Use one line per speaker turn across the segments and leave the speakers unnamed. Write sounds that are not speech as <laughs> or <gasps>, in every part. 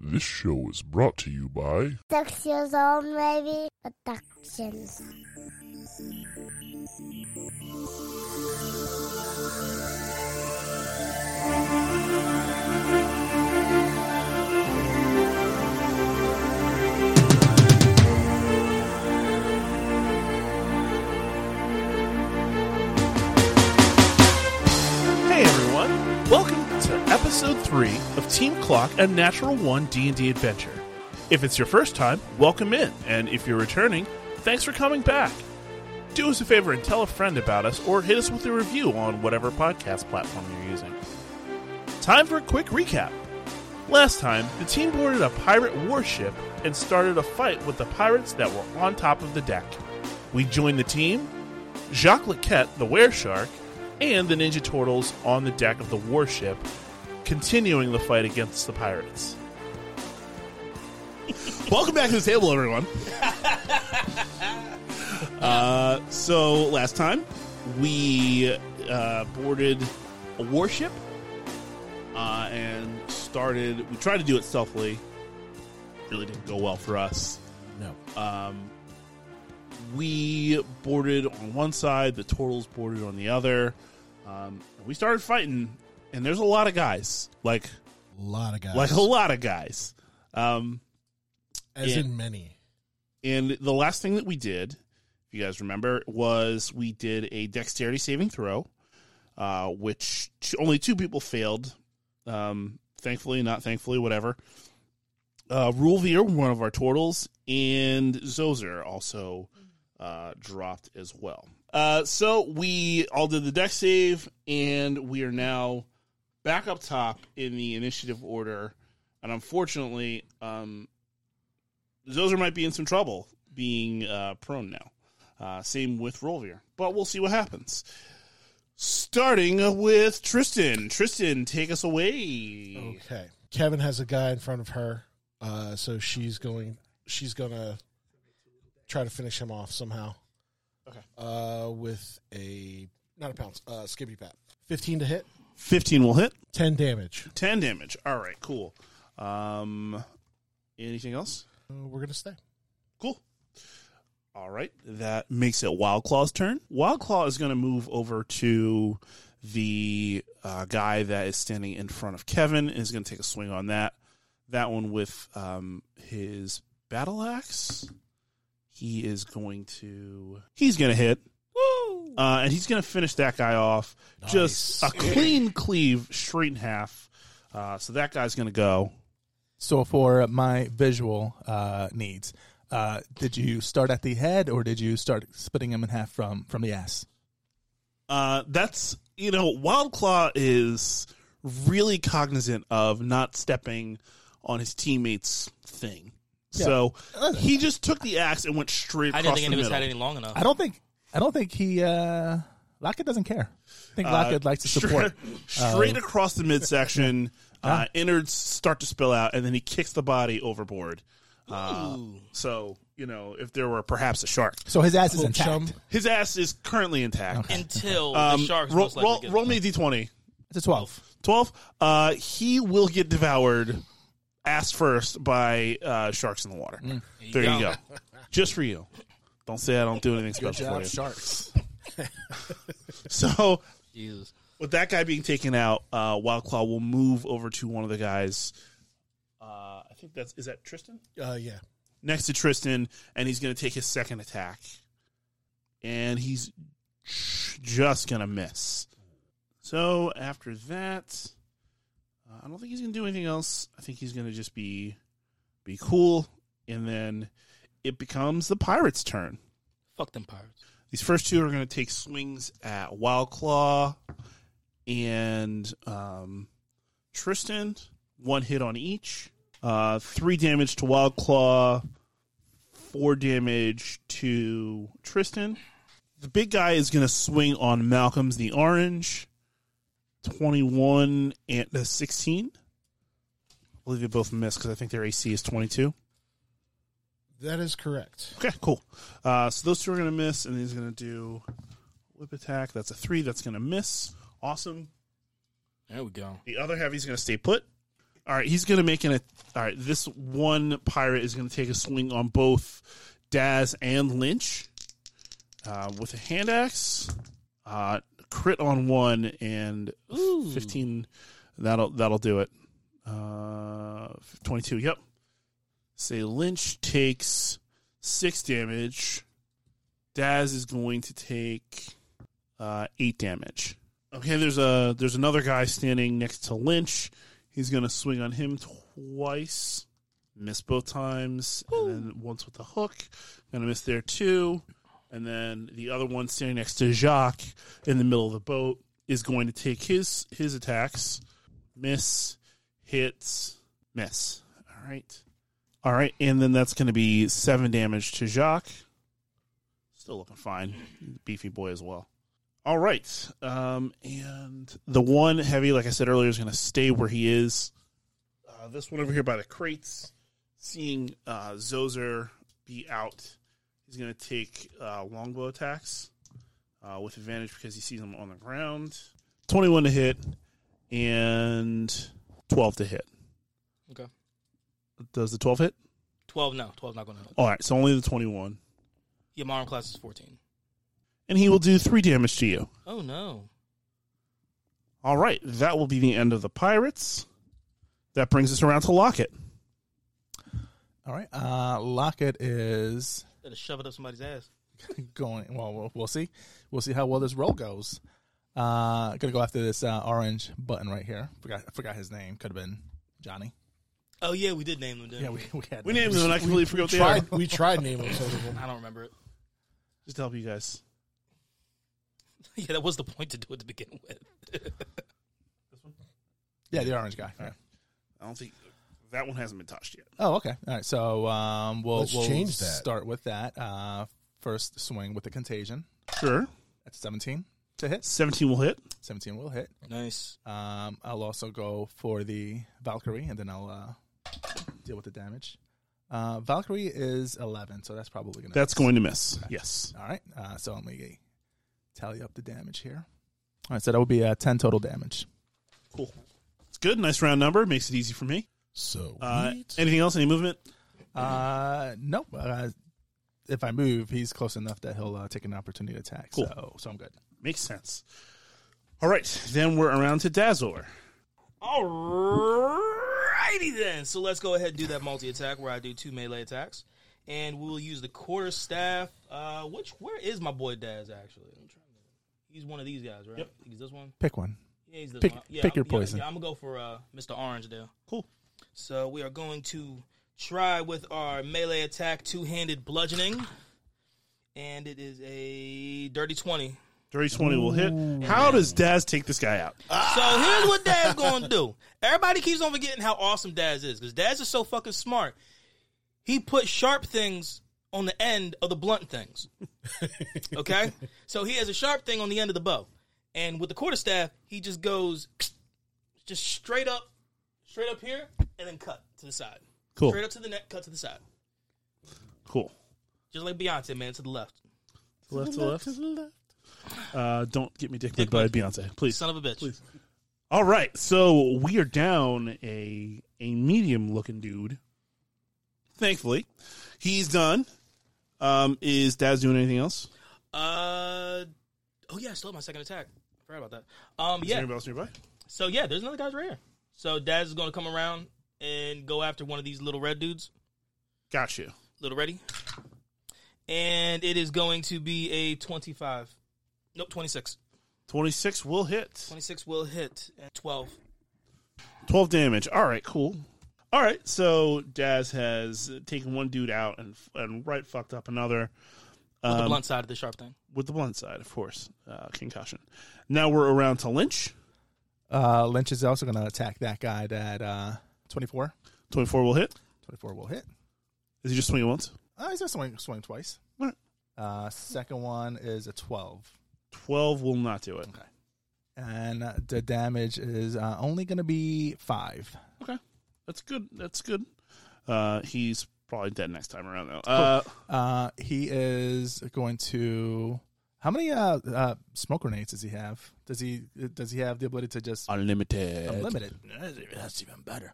This show is brought to you by
Six years old, maybe? Productions.
Hey everyone, welcome to episode 3 of Team Clock, a Natural 1 D&D adventure. If it's your first time, welcome in, and if you're returning, thanks for coming back. Do us a favor and tell a friend about us or hit us with a review on whatever podcast platform you're using. Time for a quick recap. Last time, the team boarded a pirate warship and started a fight with the pirates that were on top of the deck. We joined the team, Jacques Laquette, the were shark, and the Ninja Turtles on the deck of the warship, continuing the fight against the pirates.
<laughs> Welcome back to the
<laughs>
table, everyone. uh, so last time we uh, boarded a warship uh, and started. We tried to do it stealthily. Really didn't go well for us. No. Um, we boarded on one side. The turtles boarded on the other. Um, we started fighting, and there's a lot of guys. Like
lot of guys.
like a lot of guys. Um,
as
yeah.
in many.
And the last thing that we did, if you guys remember, was we did a dexterity saving throw, uh, which t- only two people failed. Um, thankfully, not thankfully, whatever. Uh, Rulvir, one of our turtles, and Zozer also uh, dropped as well. Uh, so we all did the dex save, and we are now back up top in the initiative order. And unfortunately, um, Zozer might be in some trouble being uh, prone now. Uh, same with Rolvier, but we'll see what happens. Starting with Tristan. Tristan, take us away.
Okay. Kevin has a guy in front of her, uh, so she's going. She's gonna try to finish him off somehow.
Okay.
Uh, with a not a pounce, uh, skippy pat. Fifteen to hit,
15 will hit,
ten damage.
10 damage. All right, cool. Um, anything else?
Uh, we're gonna stay.
Cool. All right, that makes it Wild Claw's turn. Wild Claw is going to move over to the uh, guy that is standing in front of Kevin and is going to take a swing on that. That one with um, his battle axe. He is going to. He's going to hit. Woo! Uh, and he's going to finish that guy off. Just a
Nice.
clean cleave straight in half. Uh, so that guy's going to go.
So for my visual uh, needs, uh, did you start at the head or did you start splitting him in half from from the ass?
uh, that's you know wild claw is really cognizant of not stepping on his teammates thing so
Uh,
he just took the axe and went straight
I
across
didn't think any
the
of us
middle
had any long enough.
I don't think I don't think he uh, Lockett doesn't care. I think
Uh,
Lockett likes to
Straight-
support.
<laughs>
uh,
straight across the
<laughs>
midsection uh, innards start to spill out and then he kicks the body overboard uh, so you know if there were perhaps a shark
So his ass is
Oh,
intact.
chum.
his ass is currently intact
Until
um,
the sharks
roll,
most likely
roll,
get
roll
us.
me a d20
It's a twelve.
12 uh he will get devoured ass first by uh sharks in the water there you go. <laughs> just for you don't say i don't do anything special for you
sharks.
so
Jesus.
with that guy being taken out uh wild claw will move over to one of the guys uh i think that's is that tristan
Uh, yeah.
next to tristan and he's gonna take his second attack and he's just gonna miss so after that Uh, I don't think he's going to do anything else. I think he's going to just be be cool, and then it becomes the pirates' turn.
Fuck them pirates.
These first two are going to take swings at Wild Claw and um, Tristan. One hit on each. Uh, three damage to Wild Claw. Four damage to Tristan. The big guy is going to swing on Malcolm's the orange. Twenty-one and uh, sixteen. I believe they both missed because I think their AC is twenty-two.
That is correct.
Okay, cool. Uh, so those two are going to miss, and he's going to do whip attack. That's a three. That's going to miss. Awesome.
There we go.
The other heavy's going to stay put. All right, he's going to make an. a- All right, this one pirate is going to take a swing on both Daz and Lynch uh, with a hand axe. Uh, crit on one and fifteen. That'll that'll do it. Uh, Twenty-two. Yep. Say Lynch takes six damage. Daz is going to take uh, eight damage. Okay, there's a there's another guy standing next to Lynch. He's gonna swing on him twice, miss both times, and then once with the hook. Gonna miss there too, and then the other one standing next to Jacques in the middle of the boat is going to take his his attacks, miss, hits, miss. All right, all right, and then that's gonna be seven damage to Jacques. Still looking fine, beefy boy as well. All right. Um, and the one heavy, like I said earlier, is going to stay where he is. Uh, this one over here by the crates, seeing uh, Zozer be out, he's going to take uh, longbow attacks uh, with advantage because he sees him on the ground. 21 to hit and 12 to hit.
Okay.
Does the 12 hit?
12, no. 12 not going to help.
All right. So only the 21.
Your arm class is 14.
And he will do three damage to you.
Oh, no.
All right, that will be the end of the pirates. That brings us around to Lockett.
All right. Uh, Lockett is
Better shove it up somebody's ass.
going. Well, we'll, we'll see. We'll see how well this roll goes. Uh, gonna go after this uh, orange button right here. Forgot. I forgot his name. Could have been Johnny.
Oh, yeah, we did name them, didn't
Yeah, we we had.
We named them, and I completely forgot what they are.
Tried, we tried naming some of them.
I don't remember it.
Just to help you guys.
<laughs> yeah, that was the point to do it to begin with.
Yeah, the orange guy. Yeah.
I don't think that one hasn't been touched yet.
Oh, okay. All right. So um, we'll
Let's
we'll
change that.
Start with that. Uh, first swing with the contagion.
Sure.
That's seventeen to hit.
17 will hit.
Seventeen will hit.
Nice.
Um, I'll also go for the Valkyrie, and then I'll uh, deal with the damage. Uh, Valkyrie is eleven, so that's probably gonna.
That's going to miss. Yes.
All right. Uh, so let me tally up the damage here. All right. So that would be uh, ten total damage.
Cool. It's good. Nice round number. Makes it easy for me.
So
Uh,
neat.
anything else? Any movement?
Uh, nope. Uh, if I move, he's close enough that he'll uh, take an opportunity attack.
Cool.
So, so I'm good.
Makes sense. All right. Then we're around to Dazzler.
Alrighty then. So let's go ahead and do that multi attack where I do two melee attacks. And we'll use the quarter staff. Uh, which where is my boy Daz actually? I'm trying to, he's one of these guys, right?
Yep.
He's this one.
Pick one.
Yeah, he's this
Pick-
one. Yeah,
pick your
I'm- yeah,
poison.
Yeah, I'm gonna go for uh, Mr. Orange there.
Cool.
So we are going to try with our melee attack, two handed bludgeoning, and it is a dirty twenty.
Dirty 20 will hit. How does Daz take this guy out?
So here's what Dad's gonna do. Everybody keeps on forgetting how awesome Daz is because Daz is so fucking smart. He put sharp things on the end of the
<laughs>
blunt things. Okay, so he has a sharp thing on the end of the bow, and with the quarterstaff, he just goes just straight up, straight up here, and then cut to the side.
Cool.
Straight up to the neck, cut to the side,
Cool.
just like Beyonce, man, to the left.
Left to left. Uh, don't get me dick picked by Beyonce, please.
Son of a bitch.
All right, so we are down a a medium looking dude. Thankfully, he's done. Um, is Daz doing anything else?
Uh, oh yeah, I still have my second attack. I forgot about that. Um,
Is
yeah.
anybody else nearby?
So yeah, there's another guy's right here. So Daz is gonna come around and go after one of these little red dudes.
Got you.
Little ready. And it is going to be a twenty five. Nope, twenty six.
Twenty six will hit.
Twenty six will hit and twelve.
Twelve damage. All right, cool. All right, so Daz has taken one dude out and and right fucked up another
With the
Um,
blunt side of the sharp thing.
with the blunt side, of course, uh, concussion. Now we're around to Lynch.
Uh, Lynch is also going to attack that guy at uh, 24.
Twenty four will hit.
24 will hit.
Is he just swinging once?
Uh, he's going to swing, swing twice.
All right.
Uh, second one is a 12.
Twelve will not do it.
And uh, the damage is uh, only going to be 5.
Okay, that's good. That's good. Uh, he's probably dead next time around though. Uh,
Uh, he is going to. How many uh, uh, smoke grenades does he have? Does he does he have the ability to just
Unlimited.
unlimited? That's even better.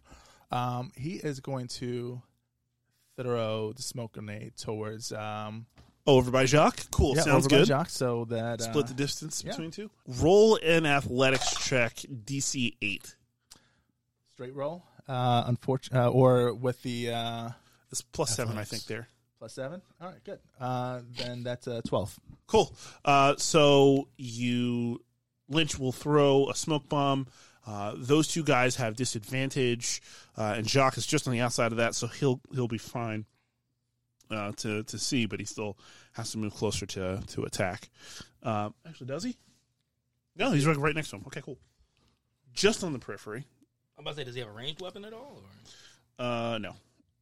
Um, he is going to throw the smoke grenade towards um,
Over by Jacques. Cool.
yeah,
Sounds
over by
good.
Jacques so that uh,
Split the distance
yeah.
between two. Roll an athletics check, DC eight.
straight roll. Uh, unfortunate, uh, or with the uh,
It's plus seven, I think. There.
plus seven. All right, good. Uh, then that's uh, twelve.
Cool. Uh, so you Lynch will throw a smoke bomb. Uh, those two guys have disadvantage, uh, and Jacques is just on the outside of that, so he'll he'll be fine uh, to to see, but he still has to move closer to to attack. Uh, actually, does he? No, he's right, right next to him. Okay, cool. Just on the periphery.
I'm about to say, does he have a ranged weapon at all? Or?
Uh, no,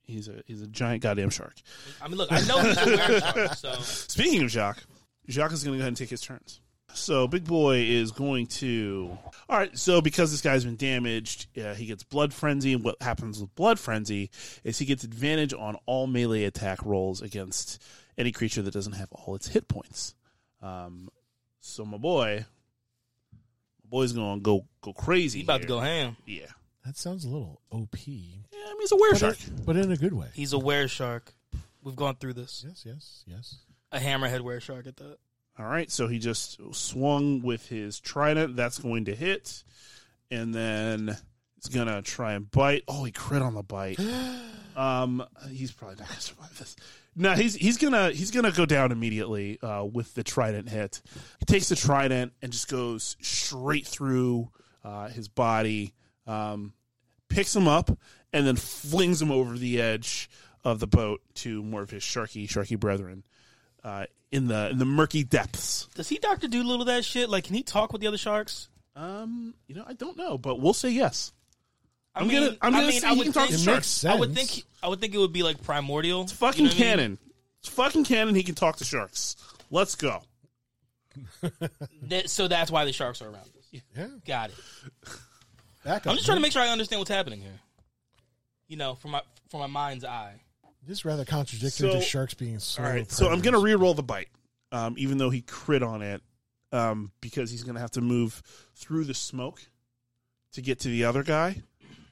he's a he's a giant goddamn shark.
I mean, look, I know he's
<laughs>
aware of so
Speaking of Jacques, Jacques is going to go ahead and take his turns. So Big Boy is going to. All right. So because this guy's been damaged, uh, he gets Blood Frenzy. And what happens with Blood Frenzy is he gets advantage on all melee attack rolls against any creature that doesn't have all its hit points. Um, so my boy, my boy's going to go go crazy.
he's about
here.
to go ham.
Yeah.
That sounds a little OP,
Yeah. I mean, he's a were shark.
but in a good way.
He's a were shark. We've gone through this.
Yes, yes, yes.
A hammerhead were shark at that.
All right, so he just swung with his trident. That's going to hit, and then he's gonna try and bite. Oh, he crit on the bite. Um, he's probably not gonna survive this. No, he's he's gonna he's gonna go down immediately uh, with the trident hit. He takes the trident and just goes straight through uh, his body, um, picks him up, and then flings him over the edge of the boat to more of his sharky sharky brethren uh, in the in the murky depths.
Does he Doctor Doolittle that shit? Like, can he talk with the other sharks?
Um, you know, I don't know, but we'll say yes.
I
I'm gonna- I'm gonna say
I
he
would
can talk
think-
to
It
sharks.
makes sense.
I would think he- I would think it would be like primordial.
It's fucking canon. It's fucking canon. He can talk to sharks. Let's go.
That- so that's why the sharks are around.
Yeah,
Got it.
back up.
I'm just trying to make sure I understand what's happening here. You know, from my from my mind's eye.
This is rather contradictory
So-
to sharks being so.
All right. So I'm
predators.
gonna re-roll the bite, um, even though he crit on it, um, because he's gonna have to move through the smoke to get to the other guy.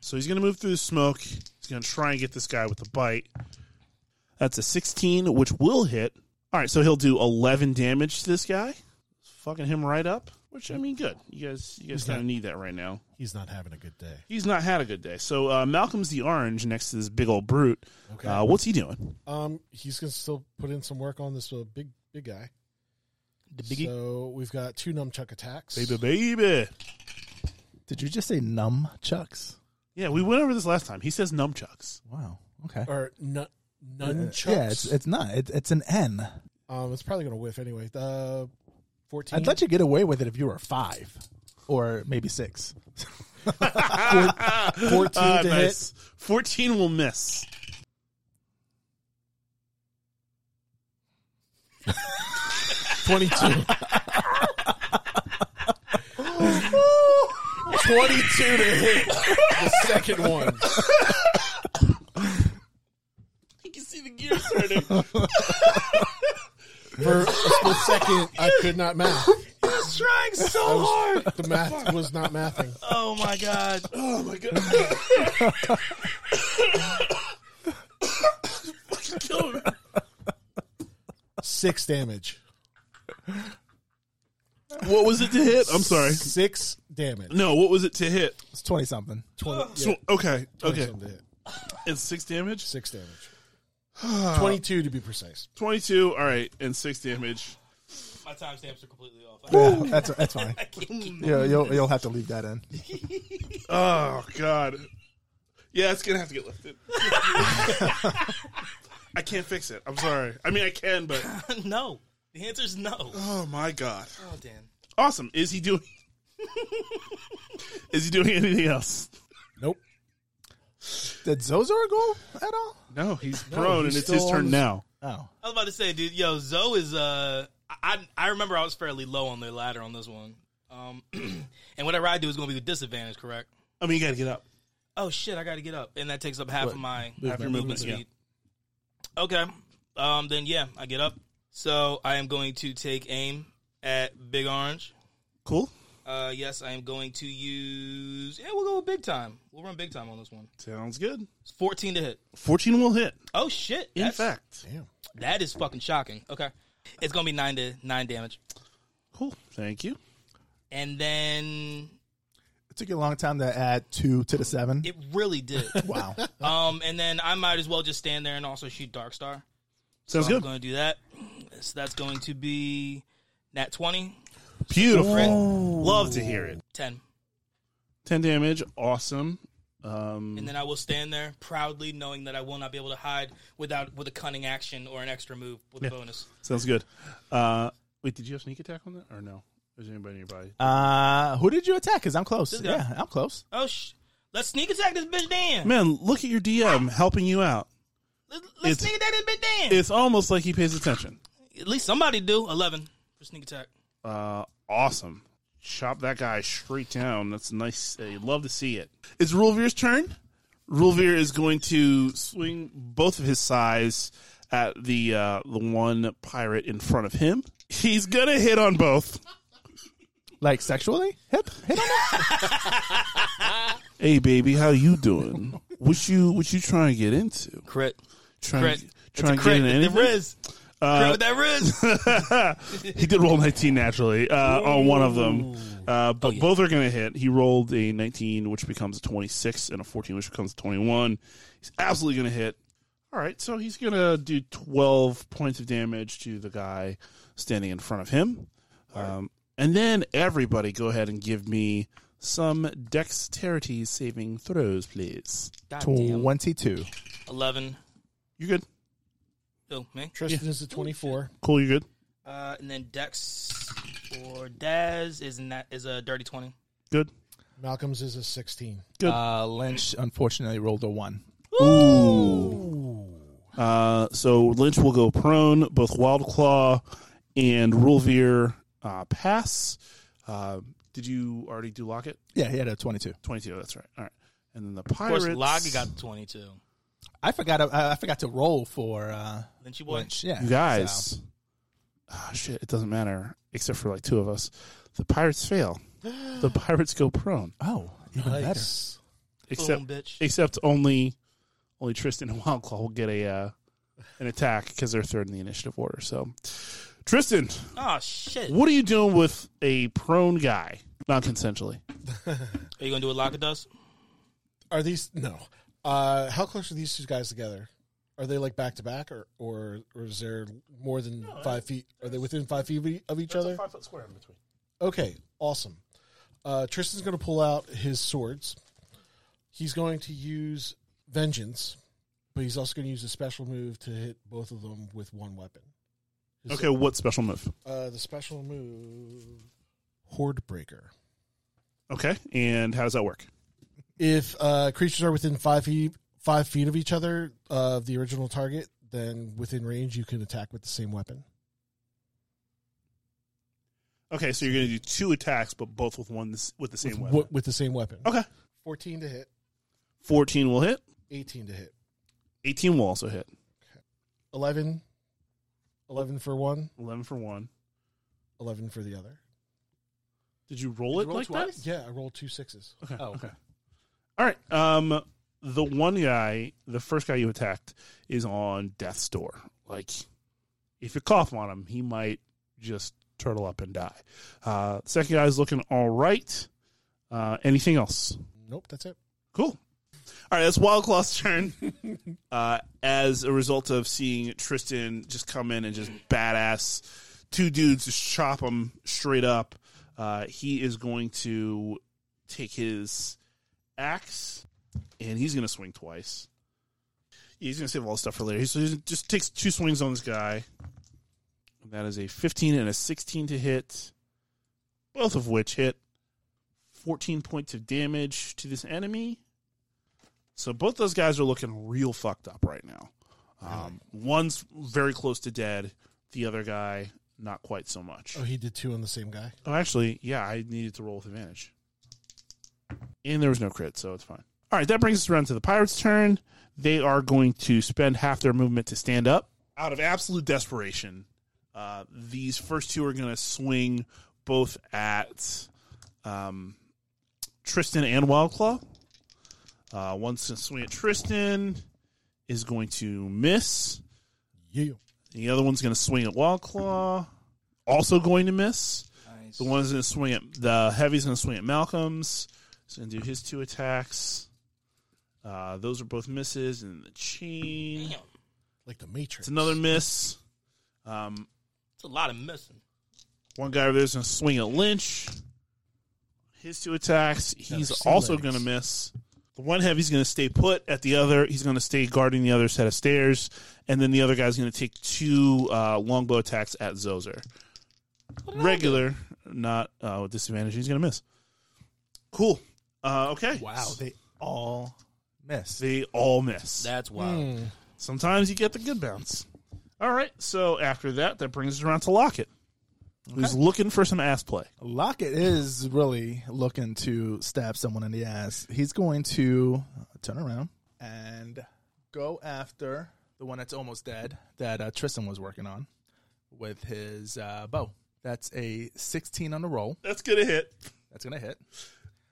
So he's gonna move through the smoke. He's gonna try and get this guy with the bite. That's a 16, which will hit. All right, so he'll do 11 damage to this guy, fucking him right up. Which I mean, good. You guys, you guys kind of need that right now.
He's not having a good day.
He's not had a good day. So uh, Malcolm's the orange next to this big old brute.
Okay.
Uh, what's he doing?
Um, he's gonna still put in some work on this uh, big big guy.
The biggie.
So we've got two nunchuck attacks.
Baby, baby.
Did you just say numb chucks?
Yeah, we went over this last time. He says nunchucks.
Wow. Okay. Uh,
or nu- nunchucks.
Yeah, it's, it's not. It, it's an N.
um, it's probably gonna whiff anyway. Uh, fourteen.
I'd let you get away with it if you were five, or maybe six. <laughs> Four-
14
Ah,
to
nice. 14 will miss.
Twenty-two.
22 to hit.
the second
<laughs>
one.
You can see the gears turning.
<laughs> For a split second, I could not math.
He's trying so
I was-
hard.
The math was not mathing.
Oh my god.
<laughs> oh my god. Fucking kill him.
Six damage.
what was it to hit? I'm sorry.
Six damage.
No, what was it to hit?
It's 20 something.
Twenty.
So-
yeah,
okay,
twenty
okay.
something to hit.
It's six damage?
Six damage.
<sighs>
Twenty-two to be precise.
22, all right, and six damage.
My timestamps are completely off.
Yeah, Uh, that's, that's fine.
I can't keep-
Yeah, you'll, you'll have to leave that in.
Oh God. Yeah, it's gonna have to get lifted. <laughs> I can't fix it. I'm sorry. I mean, I can, but
<laughs> no. The answer's no.
oh my God.
Oh Dan.
Awesome. Is he doing? <laughs> Is he doing anything else?
Nope.
Did Zozor go at all?
No, he's prone,
he's
and it's his
still on
turn
his-
now.
Oh.
I was about to say, dude, yo, Zoe is uh I I remember I was fairly low on their ladder on this one. Um <clears throat> and whatever I do is gonna be with disadvantage, correct?
I mean, you gotta get up.
Oh shit, I gotta get up. And that takes up half
What?
of my
Movement.
half your movement
Movement,
speed. Okay. Um then yeah, I get up. So I am going to take aim at Big Orange.
Cool.
Uh, yes, I am going to use. Yeah, we'll go with big time. We'll run big time on this one.
Sounds good.
It's 14 to hit.
14 will hit.
Oh shit!
In
That's-
fact.
Damn.
that is fucking shocking. Okay, it's gonna be nine to nine damage,
Cool. Thank you.
and then
It took you a long time to add two to the seven.
it really did.
<laughs>
<laughs>
wow.
um, and then I might as well just stand there and also shoot Dark Star.
Sounds
I'm
good.
going to do that. So that's going to be nat 20,
Beautiful.
Crit,
Love to hear it.
10.
10 damage. Awesome. Um,
And then I will stand there proudly, knowing that I will not be able to hide without with a cunning action or an extra move with a bonus.
sounds good. Uh, wait, did you have sneak attack on that or no? Is anybody nearby?
Uh, who did you attack? Cause I'm close.
This guy.
Yeah, I'm close.
Oh, sh- let's sneak attack this bitch, Dan.
Man, look at your DM helping you out.
Let- Let's
it's-
sneak attack this bitch, Dan.
It's almost like he pays attention.
At least somebody do. 11 for sneak attack.
Uh, awesome. Chop that guy straight down. That's nice. Uh, you love to see it. It's Rulvir's turn. Rulvir is going to swing both of his size at the uh, the one pirate in front of him. He's gonna hit on both.
Like sexually? Hip? Hip?
Hey baby, how you doing? What you what you trying to get into?
Crit.
Trying
Crit.
to
It's a
trying to get
crit.
into
It's the
anything? Uh,
Riz. crit with that
<laughs>
Riz.
he did roll 19 naturally uh, on one of them. Uh,
Oh,
but both are going to hit. He rolled a 19, which becomes a 26, and a 14, which becomes a 21. He's absolutely going to hit. All right, so he's going to do 12 points of damage to the guy standing in front of him. Um, and then everybody go ahead and give me some dexterity saving throws, please.
God damn.
22.
11.
You're good.
Oh, me.
Tristan is at 24.
Cool, you're good.
Uh, and then Dex or Daz is not is a dirty twenty.
Good.
Malcolm's is a 16.
Good.
Uh, Lynch unfortunately rolled a one.
Uh, so Lynch will go prone. Both Wild Claw and Rulvir uh, pass. Uh, did you already do Locket?
Yeah, he had a 22.
22, that's right. All right. And then the
Of course,
Pirates.
Loggy got twenty two.
I forgot. uh, I, I forgot to roll for uh,
Lynchy boy.
Lynch. Yeah,
You guys.
so-
Ah, shit, it doesn't matter, except for like two of us. The Pirates
<gasps>
fail. The Pirates go prone.
Oh, even better.
Nice.
Except
Boom, bitch.
except only only Tristan and Wild Claw will get a uh, an attack because they're third in the initiative order. So, Tristan,
Oh shit.
What are you doing with a prone guy? Non consensually.
Are you gonna do what Loggy does?
Are these no? Uh, how close are these two guys together? Are they like back to back, or or or is there more than five feet? Are they within five feet of e- of each other?
Five foot square in between.
Okay, awesome. Uh, Tristan's going to pull out his swords. He's going to use vengeance, but he's also going to use a special move to hit both of them with one weapon. His-
Okay, what special move?
Uh, the special move, Horde Breaker.
Okay, and how does that work?
If uh, creatures are within five feet five feet of each other uh, of the original target, then within range you can attack with the same weapon.
Okay, so you're going to do two attacks, but both with one with the same
with,
weapon.
wi- with the same weapon.
Okay,
Fourteen to hit,
fourteen will hit.
eighteen to hit,
Eighteen will also hit.
11, 11 for one,
Eleven for one.
eleven for the other.
Did you roll
Did you
it
roll
like
twice?
Yeah, I rolled two sixes.
that?
Oh, okay.
All right. Um, the one guy, the first guy you attacked, is on death's door. Like, if you cough on him, he might just turtle up and die. Uh, second guy is looking all right. Uh, anything else?
Nope, that's it.
Cool. All right, that's Wild Claw's turn. <laughs> uh, as a result of seeing Tristan just come in and just badass two dudes just chop him straight up, uh, he is going to take his axe and he's going to swing twice. Yeah, he's going to save all the stuff for later. So he just takes two swings on this guy. And that is a 15 and a 16 to hit, both of which hit. 14 points of damage to this enemy. So both those guys are looking real fucked up right now. Um, one's very close to dead. The other guy, not quite so much.
Oh, he did two on the same guy.
Oh, actually, yeah, I needed to roll with advantage. And there was no crit, so it's fine. All right, that brings us around to the pirates' turn. They are going to spend half their movement to stand up. Out of absolute desperation, uh, these first two are going to swing both at um, Tristan and Wildclaw. Uh, one since swing at Tristan is going to miss.
Yeah.
The other one's going to swing at Wildclaw, also going to miss.
Nice.
The one's going to swing at the heavy's going to swing at Malcolm's. He's going to do his two attacks. Uh, those are both misses, and the chain.
Damn,
Like the Matrix.
It's another miss. Um,
it's a lot of missing.
one guy over there's going to swing at Lynch. His two attacks. He's
see
also
legs.
going to miss. The one heavy's going to stay put at the other. He's going to stay guarding the other set of stairs, and then the other guy's going to take two uh, longbow attacks at Zozer.
What did I
Regular, not uh, with disadvantage. He's going to miss. Cool. Uh, okay.
Wow, they all missed.
They all miss.
do? That's wild.
Sometimes you get the good bounce. All right. So after that, that brings us around to Lockett, who's looking for some ass play.
Lockett is really looking to stab someone in the ass. He's going to turn around and go after the one that's almost dead that uh, Tristan was working on with his uh, bow. That's a 16 on the roll.
That's going to hit.
That's going to hit.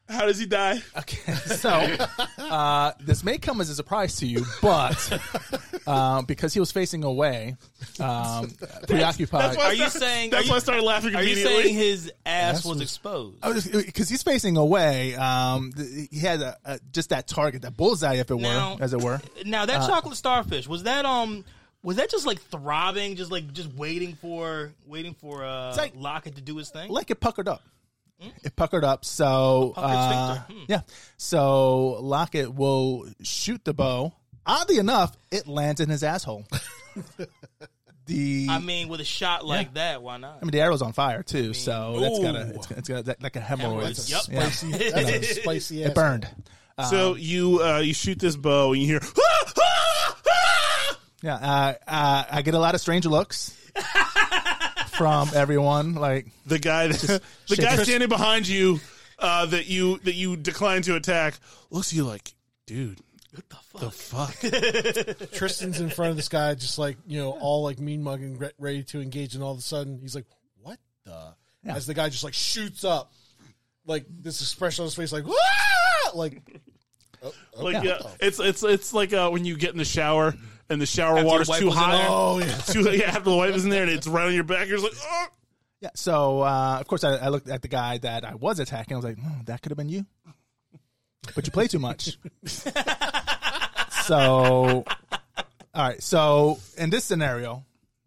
How does he die?
Okay, <laughs> so uh, this may come as a surprise to you, but uh, because he was facing away, um, preoccupied.
Are you saying? Are
That's
you,
why I started laughing
are you
immediately.
saying his ass
Ass
was
was-
exposed?
because he's facing away. Um, th- he had a, a, just that target, that bullseye, if it
Now-
were, as it were.
Now that chocolate starfish was that um was that just like throbbing, just like just waiting for waiting for uh
like-
Lockett to do his thing?
Like it puckered up. It puckered up. So
A puckered
uh, yeah. So Lockett will shoot the bow. Oddly enough, it lands in his <laughs> asshole. the
I mean, with a shot like that, why not?
I mean, the arrow's on fire too, so that's got a it's, it's got that, like a hemorrhoid.
Hemorrhoids, yup.
Yeah.
Spicy, that's a
<laughs>
spicy ass.
It burned.
Uh-huh.
so you uh, you shoot this bow and you hear. <laughs> "Ah! Ah! Ah!"
Yeah, uh, uh, I get a lot of strange looks <laughs> from everyone. Like,
The guy that, <laughs> the
shake
guy
it.
standing behind you uh, that you that you decline to attack looks at you like, dude, what the fuck? The fuck?
Tristan's in front of this guy, just like you know, all like mean mugging, re- ready to engage, and all of a sudden he's like, "What the?" As the guy just like shoots up, like this expression on his face, like, "Wah!" like Oh,
like uh, it's it's it's like uh, when you get in the shower and the shower
the
water's
wipe
too
was in
hot.
there?
oh yeah,
<laughs> Too, yeah, after the wife is in there and it's right on your back, you're just like, oh.
yeah. So, uh, of course, I, I looked at the guy that I was attacking. I was like, hmm, that could have been you, but you play too much. so, all right. So, in this scenario,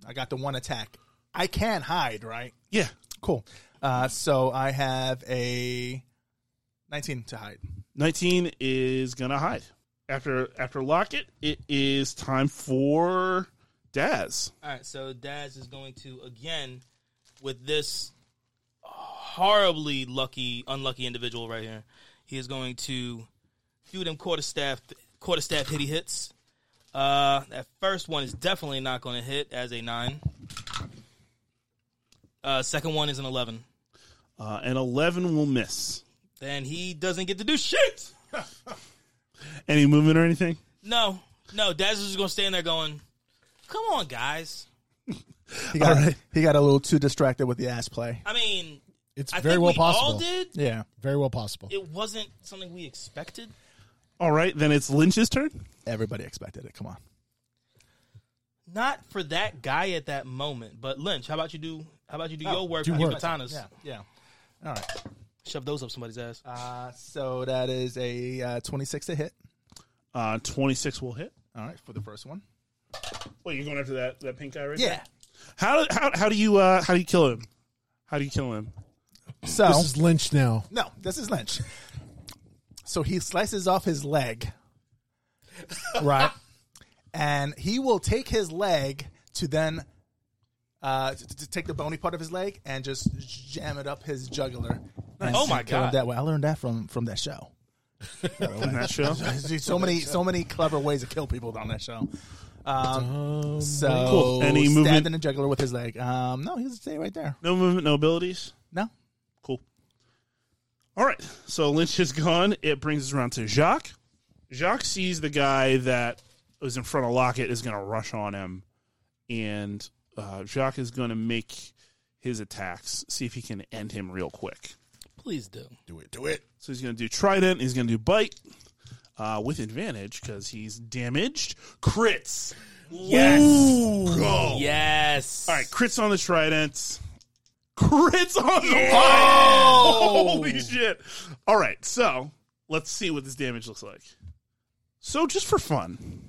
I got the one attack. I can't hide, right?
Yeah.
Cool. Uh, so I have a 19 to hide.
19 is gonna hide. After after Lockett, it is time for Daz.
All right, so Daz is going to again with this horribly lucky, unlucky individual right here. He is going to do them quarter staff, quarter staff hitty hits. Uh, that first one is definitely not going to hit as a nine. Uh, second one is an eleven.
Uh, and 11 will miss.
Then he doesn't get to do shit.
Any movement or anything?
No, no, Daz is just going to stand there going, "Come on, guys."
He got, he got a little too distracted with the ass play.
I mean,
it's
I
very
think
well
we all
possible.
did.
Yeah.
Very well possible.
It wasn't something we expected.
All right, then it's Lynch's turn.
Everybody expected it. Come on.
not for that guy at that moment, but Lynch. How about you do? How about you do your work
do
with your
work.
katanas?
Yeah. All right.
Shove those up somebody's ass.
Uh, so that is a uh, 26 to hit.
Uh, 26 will hit.
All right. For the first one.
Wait, you're going after that, that pink guy right
Yeah.
How, how, how do you uh, how do you kill him? How do you kill him?
So,
This is Lynch now.
no, this is Lynch. So he slices off his leg. Right. and he will take his leg to then. Uh, to, to take the bony part of his leg and just jam it up his jugular. and-
Oh my
and kill him
God.
That way, I learned that from from
<laughs>
that show.
In that
<laughs>
show?
Dude, so many, so many clever ways to kill people on that show. Um, so
Cool. Any
stabbed
movement?
in the jugular with his leg. Um, no, he'll stay right there.
No movement, no abilities?
No,
Cool. All right. So Lynch is gone. It brings us around to Jacques. Jacques sees the guy that was in front of Lockett is going to rush on him, and uh, Jacques is going to make his attacks. See if he can end him real quick.
Please do.
Do it. Do it.
So he's going to do trident. He's going to do bite uh, with advantage because he's damaged. Crits.
Yes.
Go.
Yes.
All right, crits on the trident. Crits on the trident.
<laughs>
Holy shit. All right, so let's see what this damage looks like. So just for fun,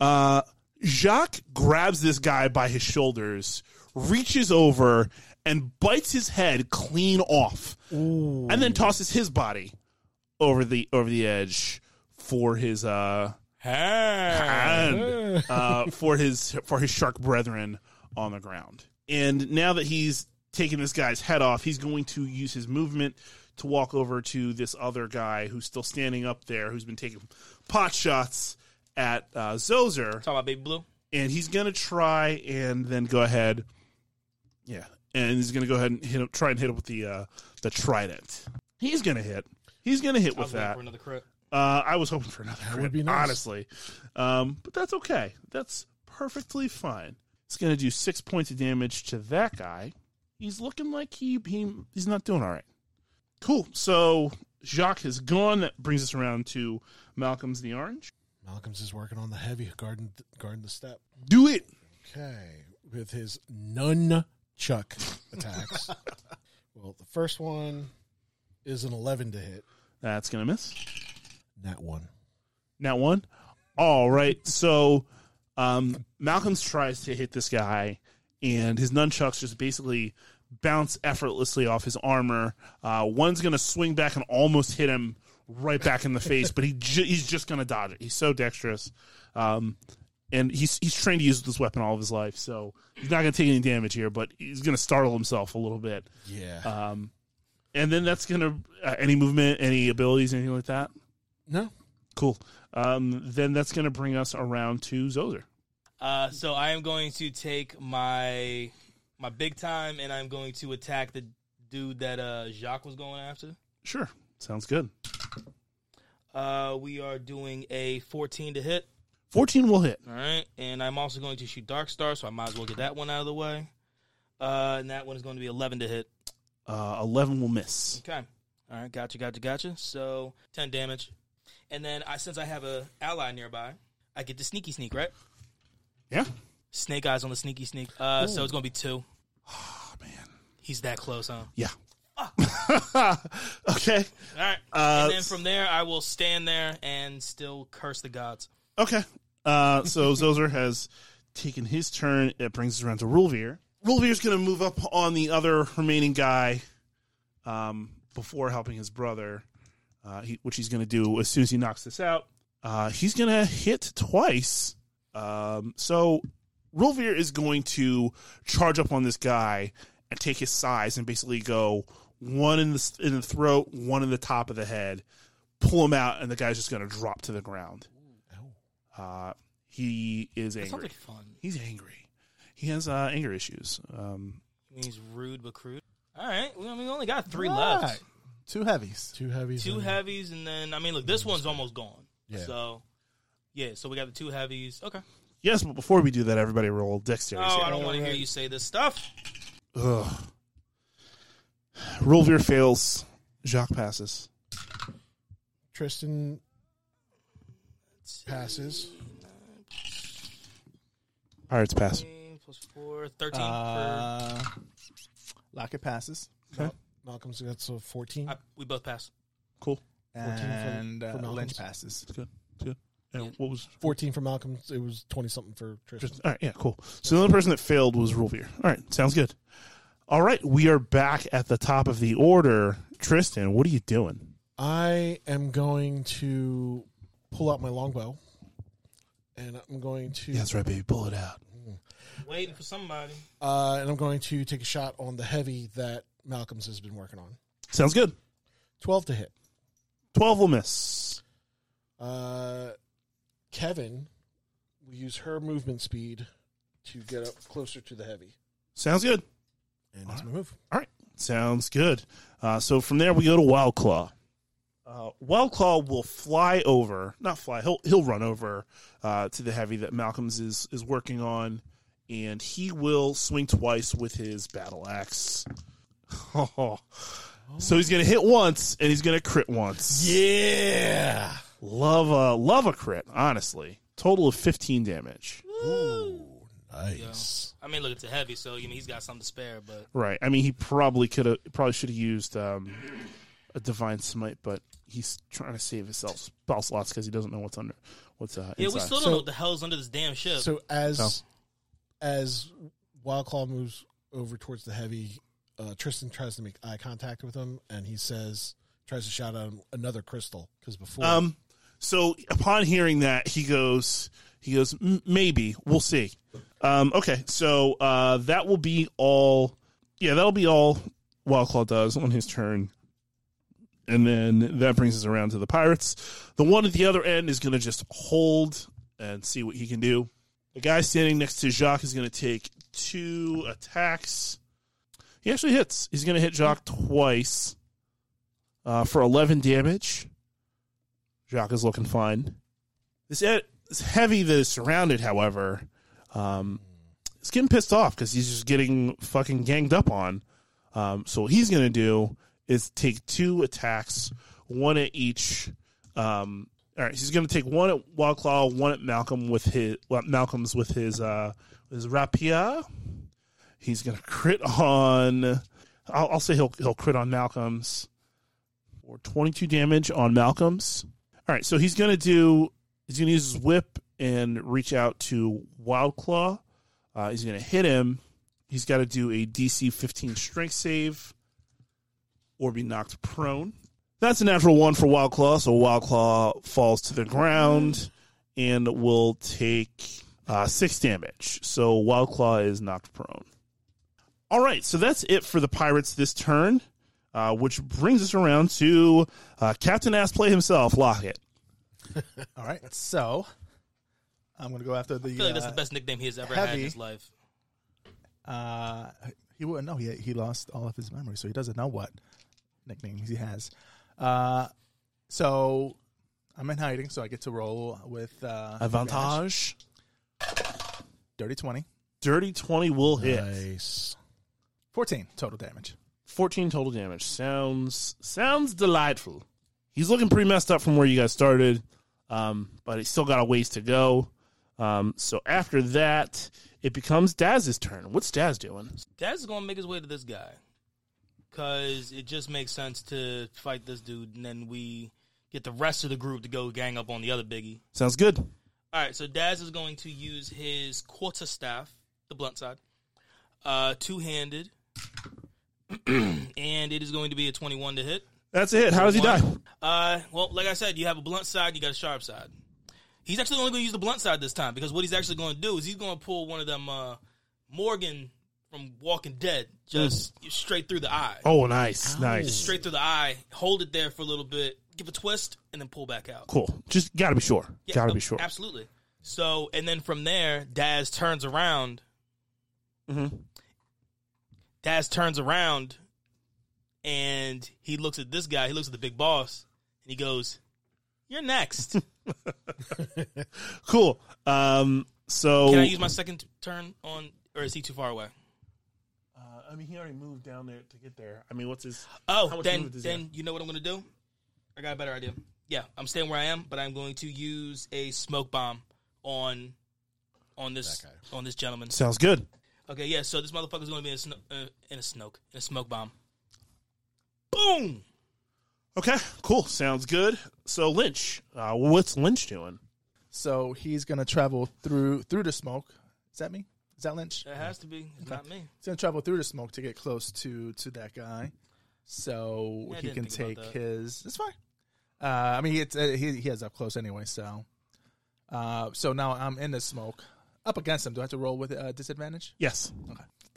uh, Jacques grabs this guy by his shoulders, reaches over, and bites his head clean off, and then tosses his body over the over the edge for his uh, hand uh, for his for his shark brethren on the ground. And now that he's taken this guy's head off, he's going to use his movement to walk over to this other guy who's still standing up there, who's been taking pot shots at uh, Zozer,
Talk about baby blue.
and he's going to try and then go ahead, yeah, and he's going to go ahead and hit him, try and hit him with the uh, the trident. He's going to hit. He's going to hit
I
with
was waiting
that.
for another crit.
Uh, I was hoping for another crit,
would be nice.
honestly, um, but that's okay. That's perfectly fine. It's going to do six points of damage to that guy. He's looking like he, he he's not doing all right. Cool. So Jacques is gone. That brings us around to Malcolm's the Orange.
Malcolm's is working on the heavy garden garden the step.
Do it.
Okay, with his nunchuck <laughs> attacks. well, the first one is an eleven to hit.
That's going to miss.
That one.
Not one. All right. So um, Malcolm's tries to hit this guy, and his nunchucks just basically bounce effortlessly off his armor. Uh, one's going to swing back and almost hit him right back in the face, but he ju- he's just going to dodge it. He's so dexterous. Um, and he's he's trained to use this weapon all of his life, so he's not going to take any damage here. But he's going to startle himself a little bit,
Yeah.
um, and then that's going to uh, any movement, any abilities, anything like that.
no.
Cool. Um, then that's going to bring us around to Zozer.
Uh, so I am going to take my my big time, and I'm going to attack the dude that uh, Jacques was going after.
Sure. Sounds good.
Uh, we are doing a 14 to hit.
14 will hit.
All right, and I'm also going to shoot Dark Star, so I might as well get that one out of the way. Uh, and that one is going to be 11 to hit.
Uh, 11 will miss.
Okay. All right. Gotcha. Gotcha. Gotcha. So ten damage, and then I since I have a ally nearby, I get the sneaky sneak. Right.
Yeah.
Snake eyes on the sneaky sneak. Uh, so it's gonna be two.
Oh, man.
He's that close, huh? All
Yeah. <laughs> okay.
right.
Uh,
and then from there, I will stand there and still curse the gods.
Okay. Uh, so <laughs> Zozer has taken his turn. That brings us around to Rulvir. Rulvir's going to move up on the other remaining guy um, before helping his brother, uh, he, which he's going to do as soon as he knocks this out. Uh, he's going to hit twice. Um, so Rulvir is going to charge up on this guy and take his size and basically go one in the, in the throat, one in the top of the head, pull him out, and the guy's just going to drop to the ground. Uh, he is
That sounds
angry.
like fun.
He's angry. He has uh, anger issues. Um,
He's rude but crude. All right. We we only got three
Right.
left.
Two heavies.
Two heavies.
Two
and-
heavies, and then I mean, look, this one's almost gone.
Yeah.
So. Yeah, so we got the two heavies. Okay.
yes, but before we do that, everybody roll dexterity.
Oh,
saving
I don't want to hear you say this stuff.
Ugh. Rolvir fails. Jacques passes.
Tristan passes.
Pirates pass.
13 plus 4, 13
Uh, Locket passes.
Malcolm's got so fourteen.
for. I, we both pass.
Cool.
for-
And
for
uh,
Malcolm's.
Lynch passes.
And what was?
Fourteen for Malcolm. It was twenty something for Tristan.
All right. Yeah. Cool. So the only person that failed was Rolvir. All right. Sounds good. All right. We are back at the top of the order. Tristan, what are you doing?
I am going to pull out my longbow, and I'm going to
right, baby. Pull it out.
Waiting for somebody.
uh, and I'm going to take a shot on the heavy that Malcolm's has been working on.
Sounds good.
Twelve to hit.
Twelve will miss.
Uh, Kevin will use her movement speed to get up closer to the heavy,
Sounds good.
and that's my move.
All right. Sounds good. Uh, so from there, we go to Wild Claw. Uh, Wild Claw will fly over, not fly, he'll, he'll run over uh, to the heavy that Malcolm's is, is working on, and he will swing twice with his battle axe. Oh, <laughs> So he's gonna hit once and he's gonna crit once.
Yeah.
Love a love a crit, honestly. Total of fifteen damage.
Nice.
I mean, look, it's a heavy, so you mean he's got something to spare, but
Right. I mean, he probably could have, probably should have used um, a divine smite, but he's trying to save himself spell slots because he doesn't know what's under, what's uh,
yeah, we
inside.
still don't know what the hell's under this damn ship.
So as as Wildclaw moves over towards the heavy, uh, Tristan tries to make eye contact with him, and he says, tries to shout out another crystal because before
um, so upon hearing that, he goes, he goes, "M- maybe we'll see. Um, okay, so uh, that will be all. Yeah, that'll be all. Wildclaw does on his turn. And then that brings us around to the pirates. The one at the other end is going to just hold and see what he can do. The guy standing next to Jacques is going to take two attacks. He actually hits. He's going to hit Jacques twice uh, for 11 damage. Jacques is looking fine. This, e- this heavy that is surrounded, however, um, is getting pissed off because he's just getting fucking ganged up on. Um, so what he's going to do is take two attacks, one at each. Um, all right, he's going to take one at Wildclaw, one at Malcolm with his well, Malcolm's with his uh, his rapier. He's going to crit on. I'll, I'll say he'll he'll crit on Malcolm's or twenty two damage on Malcolm's. All right, so he's going to do. He's going to use his whip and reach out to Wildclaw. Uh, he's going to hit him. He's got to do a DC 15 strength save or be knocked prone. That's a natural one for Wildclaw, so Wildclaw falls to the ground and will take uh, six damage. So Wildclaw is knocked prone. All right, so that's it for the Pirates this turn, uh, which brings us around to uh, Captain Ass Play himself, Lockett.
All right, so I'm gonna go after the.
I feel like that's
uh,
the best nickname he's ever had
heavy.
in his life.
Uh, he wouldn't know. He he lost all of his memory, so he doesn't know what nicknames he has. Uh, so I'm in hiding, so I get to roll with uh, advantage.
Avantage.
dirty twenty.
Dirty 20 will hit.
nice.
14 total damage.
14 total damage. Sounds sounds delightful. He's looking pretty messed up from where you guys started, um, but he's still got a ways to go. Um, so after that, it becomes Daz's turn. What's Daz doing?
Daz is gonna make his way to this guy, cause it just makes sense to fight this dude, and then we get the rest of the group to go gang up on the other biggie.
Sounds good.
All right, so Daz is going to use his quarter staff, the blunt side, uh, two handed, <clears throat> and it is going to be a twenty-one to hit.
That's it. How does he die?
Uh, well, like I said, you have a blunt side, you got a sharp side. He's actually only going to use the blunt side this time because what he's actually going to do is he's going to pull one of them uh, Morgan from Walking Dead just straight through the eye,
Oh, nice, nice,
straight through the eye, hold it there for a little bit, give a twist, and then pull back out.
cool. Just gotta be sure.
Yeah,
gotta
no,
be sure.
Absolutely. So, and then from there, Daz turns around.
Mhm.
Daz turns around and he looks at this guy. He looks at the big boss and he goes,
<laughs>
You're next.
Cool. Um, so
Can I use my second t- turn on, or is he too far away?
uh, I mean, he already moved down there to get there. I mean, what's his? How
Oh,
much
then
movement does he
then you know what I'm going to do? I got a better idea. Yeah, I'm staying where I am, but I'm going to use a smoke bomb on on this on this gentleman.
Sounds good.
Okay, yeah. So this motherfucker's gonna be in a, sno- uh, in a smoke, in a smoke bomb. Boom!
Okay, cool. Sounds good. So Lynch, uh, what's Lynch doing?
So he's gonna travel through through the smoke. Is that me? Is that Lynch?
That has to be. It's not me.
He's gonna travel through the smoke to get close to to that guy, so
Yeah, I
he
didn't
can
think
take
about that.
his. That's fine. Uh, I mean, it's, uh, he he has up close anyway. So, uh, so now I'm in the smoke, up against him. Do I have to roll with uh, disadvantage?
Yes.
Damn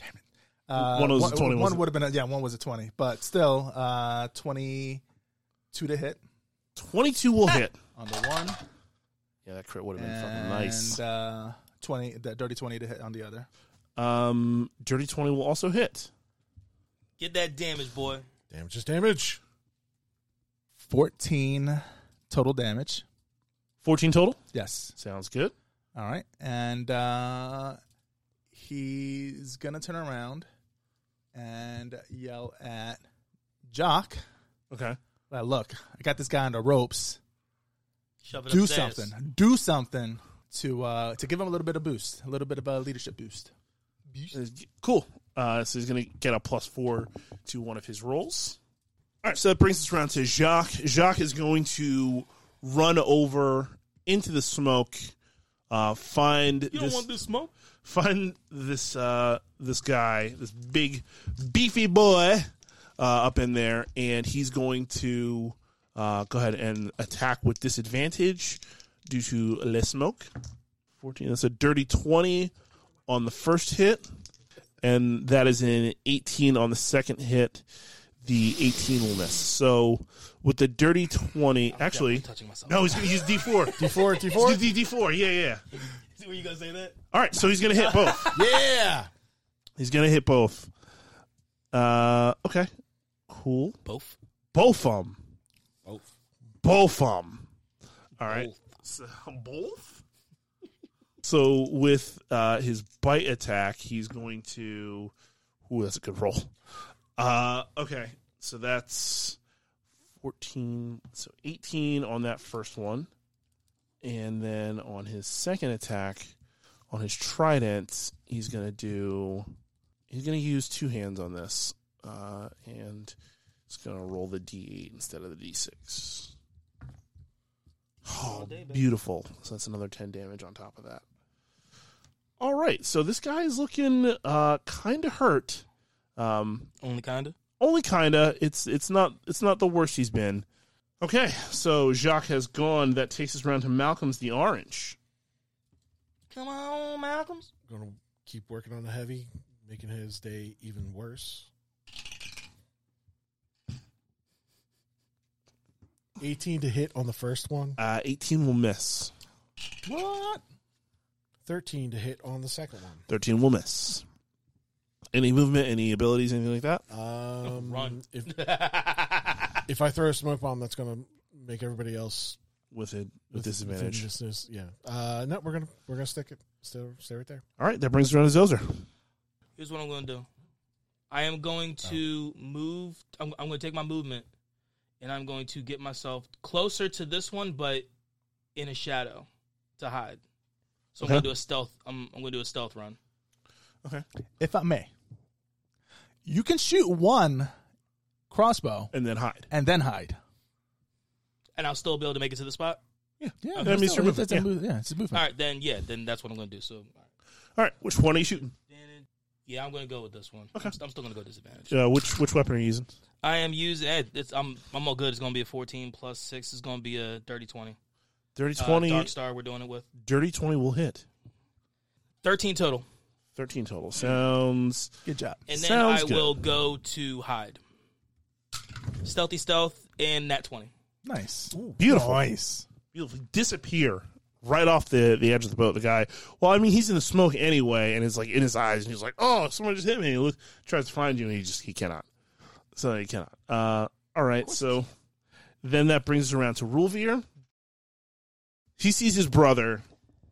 it. Uh,
One was a 20,
One
wasn't it?
would have been a, yeah. One was a twenty, but still, uh, twenty-two to hit
22 will hit.
on the one,
Yeah, that crit would have been fucking
and
nice.
uh, twenty that dirty twenty to hit on the other.
Um, Dirty 20 will also hit.
Get that damage, boy.
Damage is damage.
14 total damage.
14 total.
Yes.
Sounds good.
All right. And uh, he's going to turn around and yell at Jock.
Okay.
Like, look, I got this guy on the ropes.
Shove it
Do
up his ass.
something. Do something to uh, to give him a little bit of boost, a little bit of a leadership boost.
Cool. Uh, so he's going to get a plus four to one of his rolls. All right, so that brings us around to Jacques. Jacques is going to run over into the smoke, uh, find
You don't
this,
want this smoke?
find this uh, this guy, this big beefy boy uh, up in there, and he's going to uh, go ahead and attack with disadvantage due to less smoke. Fourteen. That's a dirty twenty on the first hit, and that is an eighteen on the second hit. The eighteen will miss. So with the dirty twenty, actually,
Touching myself.
no, he's going to use D four. D
Four D four.
D four. Yeah, yeah.
Were you gonna say that?
All right, so he's going to
<laughs>
hit both.
Yeah.
He's gonna hit both. Uh, okay, cool.
Both.
Both of them.
Both.
Both of them. All right. So, <laughs> both. So with uh, his bite attack, he's going to. Ooh, that's a good roll. Uh, okay, so that's fourteen. So eighteen on that first one, and then on his second attack, on his trident, he's gonna do. He's gonna use two hands on this, uh, and it's gonna roll the d8 instead of the d6. Oh, beautiful! So that's another ten damage on top of that. All right, so this guy is looking uh, kind of hurt. Um,
Only kinda.
only kinda. It's it's not it's not the worst he's been. Okay, so Jacques has gone. That takes us around to Malcolm's the Orange.
Come on, Malcolm's.
Gonna keep working on the heavy, making his day even worse. Eighteen to hit on the first one.
Uh, Eighteen will miss.
What?
Thirteen to hit on the second one.
13 will miss. Any movement, any abilities, anything like that?
Um,
Run. <laughs>
If if I throw a smoke bomb, that's gonna make everybody else
With it, with
within
disadvantage.
this- this- yeah. Uh, no, we're gonna we're gonna stick it. Stay, stay right there.
All right, that brings us around to Zozer.
Here's what I'm gonna do. I am going to move. I'm, I'm gonna take my movement, and I'm going to get myself closer to this one, but in a shadow to hide. So
Okay.
I'm gonna do a stealth. I'm, I'm gonna do a stealth run.
<laughs> If I may, you can shoot one crossbow
And then hide.
and then hide.
and I'll still be able to make it to the spot.
Yeah, yeah.
That means
still-
you're moving,
it's a
yeah.
move- yeah, it's a
All
movement.
right, then yeah, then that's what I'm gonna do. So, all right.
All right, which one are you shooting?
Then- yeah, I'm gonna go with this one. Okay. I'm, st- I'm still gonna go disadvantage.
Uh, which which weapon are you using?
I am using. eh, It's, I'm I'm all good. It's gonna be a 14 plus six. It's gonna be a dirty 20.
Dirty
Uh,
20.
Dark Star. We're doing it with
dirty 20 will hit.
13 total,
13 total. Sounds.
Good job.
and then
Sounds
I
good.
will go to hide. Stealthy stealth and nat 20.
Nice.
Beautiful.
Nice.
Beautiful. Disappear right off the, the edge of the boat. The guy, well, I mean, he's in the smoke anyway, and it's like in his eyes, and he's like, oh, someone just hit me. He look, tries to find you, and he just, he cannot. So he cannot. Uh, all right, so then that brings us around to Rulvir. He sees his brother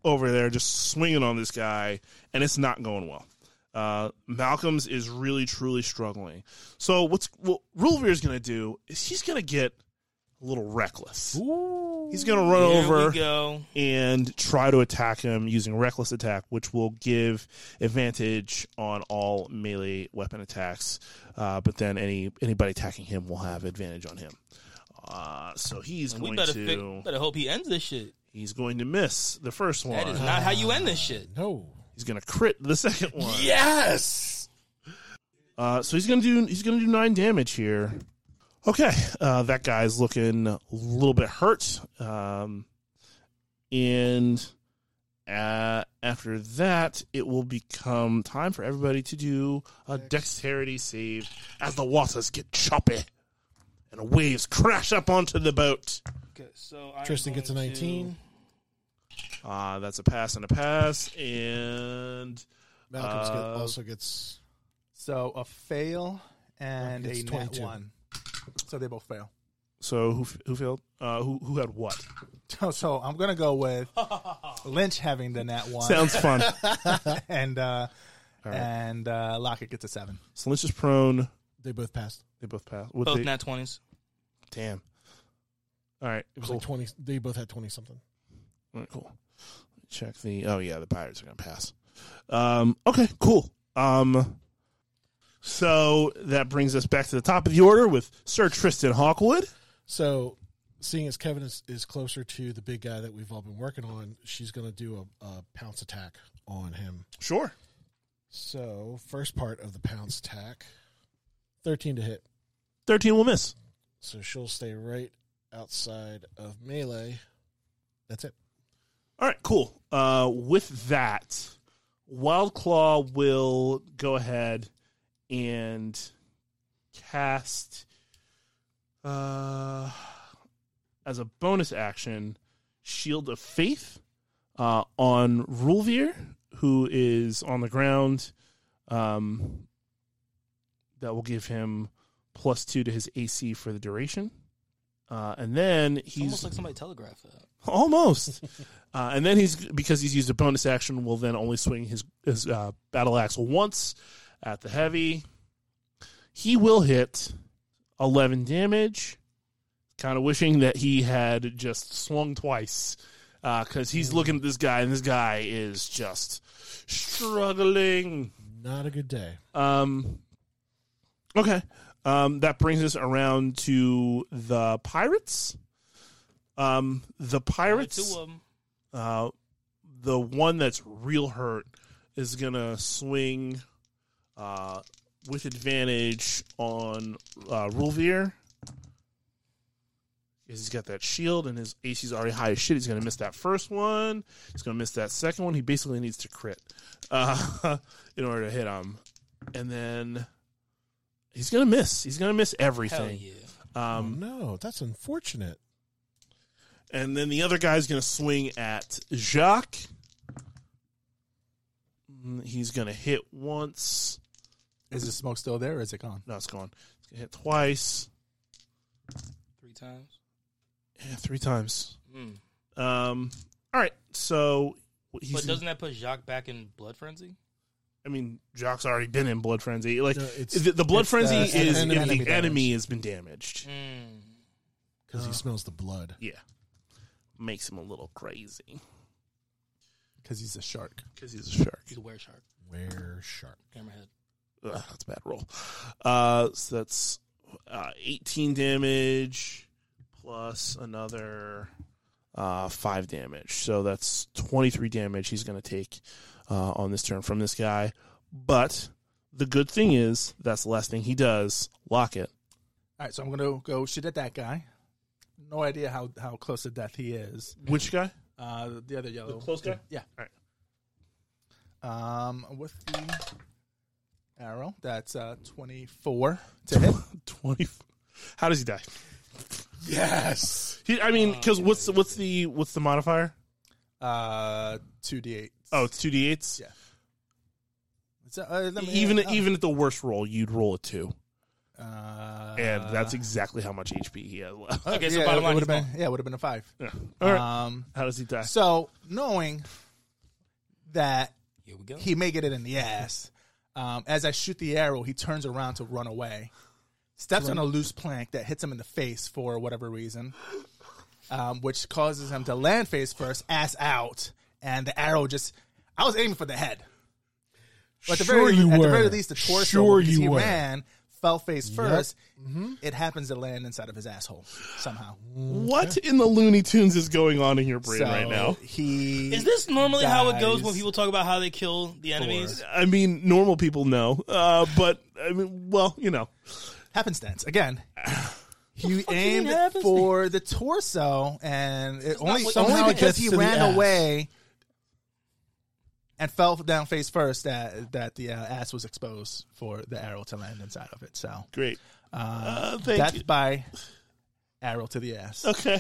over there just swinging on this guy, and it's not going well. Uh, Malcolm's is really truly struggling. So what's what Rulvir is going to do is he's going to get a little reckless. He's going to run
Here
over
we go.
and try to attack him using reckless attack, which will give advantage on all melee weapon attacks. Uh, but then any anybody attacking him will have advantage on him. Uh, so he's
We
going
better
to
fi- better hope he ends this shit.
he's going to miss the first one.
That is not how you end this shit.
No.
he's going to crit the second one.
Yes.
Uh, so he's going to do he's going to do nine damage here. Okay, uh, that guy's looking a little bit hurt. Um, and uh, after that, it will become time for everybody to do a dexterity save as the waters get choppy and the waves crash up onto the boat.
Okay, so I'm
Tristan gets a
going to-
19.
Uh, that's a pass and a pass, and
Malcolm's
Uh,
get, also gets
So a fail and
It's
a nat
22.
one. So they both fail. <laughs>
so who who failed? Uh, who who had what?
So, so I'm gonna
<laughs>
go with Lynch having the nat one, <laughs>
Sounds fun.
and uh, and uh, Lockett gets a seven.
so let's just prone.
they both passed.
They both passed. What
<laughs> Both
they-
nat twenties.
Damn. All right.
It was
cool.
like twenty. They both had twenty something.
All right, cool. Check the. Oh yeah, the Pirates are gonna pass. Um, okay, cool. Um, so that brings us back to the top of the order with Sir Tristan Hawkwood.
So, seeing as Kevin is, is closer to the big guy that we've all been working on, she's going to do a, a pounce attack on him.
Sure.
So, first part of the pounce attack, thirteen to hit.
Thirteen will miss.
So she'll stay right outside of melee. That's it.
All right, cool. Uh, with that, Wild Claw will go ahead and cast uh, as a bonus action Shield of Faith uh, on Rulvir, who is on the ground. Um, that will give him plus two to his AC for the duration. Uh, and then he's
Almost like somebody telegraphed that.
<laughs> almost. uh, and then he's because he's used a bonus action, will then only swing his his uh, battle axe once at the heavy. He will hit eleven damage. Kind of wishing that he had just swung twice because he's looking at this guy and this guy is just struggling.
Not a good day.
Um, okay. Um, that brings us around to the pirates. Um, the
Only
pirates.
Two of them.
Uh, the one that's real hurt is gonna swing uh, with advantage on uh, Rulvir. 'Cause He's got that shield and his AC's already high as shit. He's gonna miss that first one. He's gonna miss that second one. He basically needs to crit uh, <laughs> in order to hit him, and then he's gonna miss. He's gonna miss
Hell
everything.
yeah.
Um,
Oh, no, that's unfortunate.
And then the other guy's going to swing at Jacques. Mm, He's going to hit once.
Is the smoke still there or is it gone?
No, it's gone. He's going to hit twice,
Three times.
yeah, three times.
Mm.
Um, all right. So he's.
But doesn't that put Jacques back in blood frenzy?
I mean, Jacques already been in blood frenzy. Like
No, it's- uh,
the, the blood
it's
frenzy
the
is
enemy
if the
damage.
enemy Uh. has been damaged.
Mm.
Because he smells the blood.
Yeah, makes him a little crazy
Because he's a shark.
because he's a shark.
He's a were shark.
Where shark?
Hammerhead.
Ugh, that's a bad roll. Uh, so that's uh, 18 damage plus another uh, 5 damage. So that's 23 damage he's going to take uh, on this turn from this guy. But the good thing is, that's the last thing he does. Lock it.
All right, so I'm going to go shoot at that guy. No idea how, how close to death he is.
Which guy?
Uh, the other yellow.
close guy?
Yeah.
All right.
Um, with the arrow, that's uh, 24
<laughs>
to hit.
20. How does he die?
Yes.
He, I mean, because what's the, what's the what's the modifier?
Uh, 2d8.
Oh, it's two d8s.
Yeah. So, uh, let me-
Even
uh,
even at the worst roll, you'd roll a two,
Uh,
and that's exactly how much HP he has left.
oh,
Okay, so
yeah,
bottom
it
line,
would've
he's
been, yeah, it would have been a five.
Yeah. All right.
Um,
Uh, How does he die?
so knowing that
Here we go.
he may get it in the ass. Um, as I shoot the arrow, he turns around to run away, steps on a loose plank that hits him in the face for whatever reason, um, which causes him to land face first, ass out, and the arrow just. I was aiming for the head. But at the
Sure
very,
you
at
were.
the very least, the torso.
Sure
because
you
he
were. Mm-hmm.
ran, fell face first. It happens to land inside of his asshole somehow.
What in the Looney Tunes is going on in your brain
So
right now?
he
Is this normally how it goes
dies.
when people talk about how they kill the enemies?
I mean, normal people know, uh, but I mean, well, you know,
<sighs>
happenstance again. You
do you mean
aimed
happenstance?
for the torso, and it only
what-
only
Somehow it
because
gets
he
to the
ran
ass.
away and fell down face first that that the uh, ass was exposed for the arrow to land inside of it. So
great. Uh, thank
death
you.
by arrow to the ass.
Okay.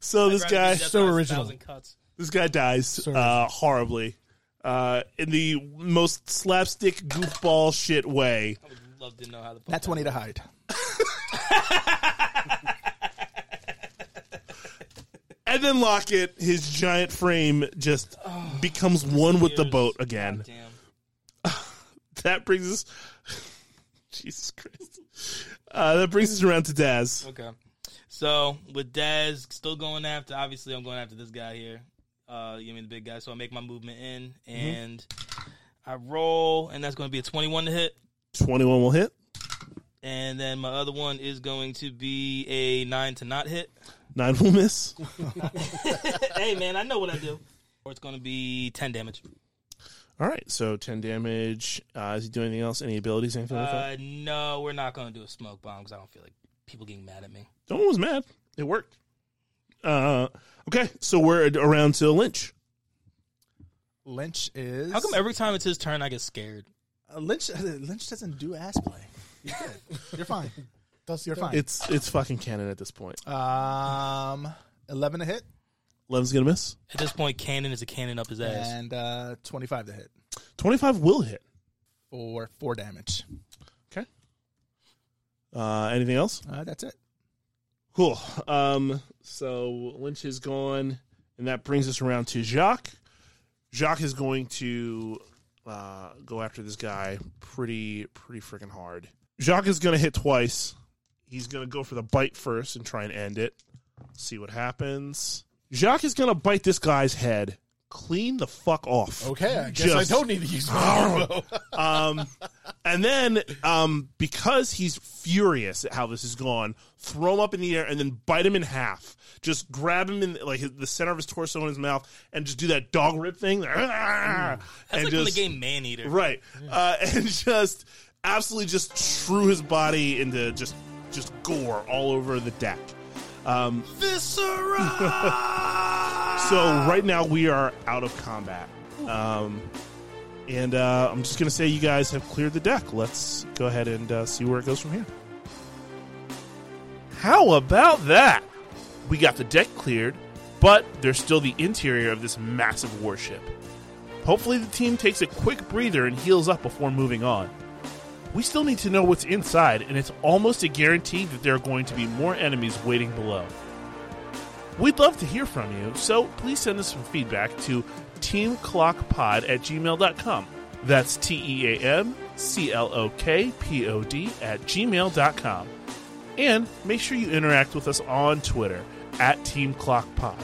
So this guy,
so original.
Cuts.
this guy dies uh, horribly uh, in the most slapstick goofball shit way.
I would love to know how the fuck
Nat
that-
twenty to hide.
And then Lockett, his giant frame just becomes one with the
Years.
boat again.
Damn.
That brings us <laughs> Jesus Christ. Uh, that brings us around to Daz.
Okay. So with Daz still going after, obviously I'm going after this guy here. Uh, you mean the big guy? So I make my movement in and I roll, and that's going to be a 21 to hit.
21 will hit.
And then my other one is going to be a nine to not hit.
9 will miss.
<laughs> hey man, I know what I do. Or it's going to be 10 damage.
<laughs> All right, so 10 damage. Uh, is he doing anything else? Any abilities, anything like that?
Uh, no, we're not going to do a smoke bomb because I don't feel like people getting mad at me.
No one was mad. It worked. Uh, okay, so we're at- around to Lynch.
Lynch is.
How come every time it's his turn I get scared?
Uh, Lynch <laughs> Lynch doesn't do ass play? You're good. You're fine.
Dusty,
You're fine.
It's it's fucking canon at this point.
Um, eleven to hit
11's going to miss.
At this point, cannon is a cannon up his ass.
and uh, twenty-five to hit
25 will hit.
for four damage.
Okay. Uh, anything else?
Uh, that's it.
Cool. Um, so Lynch is gone, and that brings us around to Jacques. Jacques is going to uh, go after this guy pretty, pretty freaking hard. Jacques is going to hit twice. He's going to go for the bite first and try and end it. See what happens. Jacques is going to bite this guy's head clean the fuck off.
Okay, I guess
Just-
I don't need to
<laughs>
use my arrow.
Um, and then, um, because he's furious at how this is gone, throw him up in the air and then bite him in half. Just grab him in like his, the center of his torso and his mouth, and just do that dog rip thing. That's
That's
and
like
just,
from the game Man Eater.
right? Uh, <laughs> and just absolutely just shrew his body into just just gore all over the deck. Um, so right now we are out of combat. Um, and uh, I'm just going to say you guys have cleared the deck. Let's go ahead and uh, see where it goes from here. How about that? We got the deck cleared, but there's still the interior of this massive warship. Hopefully, the team takes a quick breather and heals up before moving on. We still need to know what's inside, and it's almost a guarantee that there are going to be more enemies waiting below. We'd love to hear from you, so please send us some feedback to teamclockpod at gmail.com. That's T E A M C L O K P O D at gmail.com. And make sure you interact with us on Twitter at teamclockpod.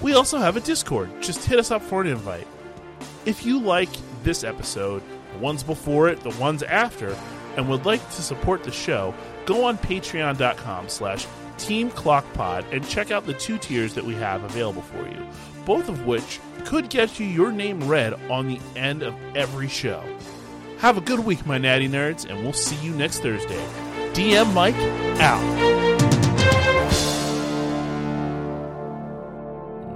We also have a Discord. Just hit us up for an invite. If you like this episode, the ones before it, the ones after, and would like to support the show, go on patreon.com slash Team Clockpod and check out the two tiers that we have available for you, both of which could get you your name read on the end of every show. Have a good week, my natty nerds, and we'll see you next Thursday. DM Mike, out.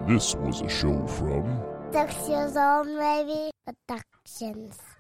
This was a show from
Productions on maybe. Productions.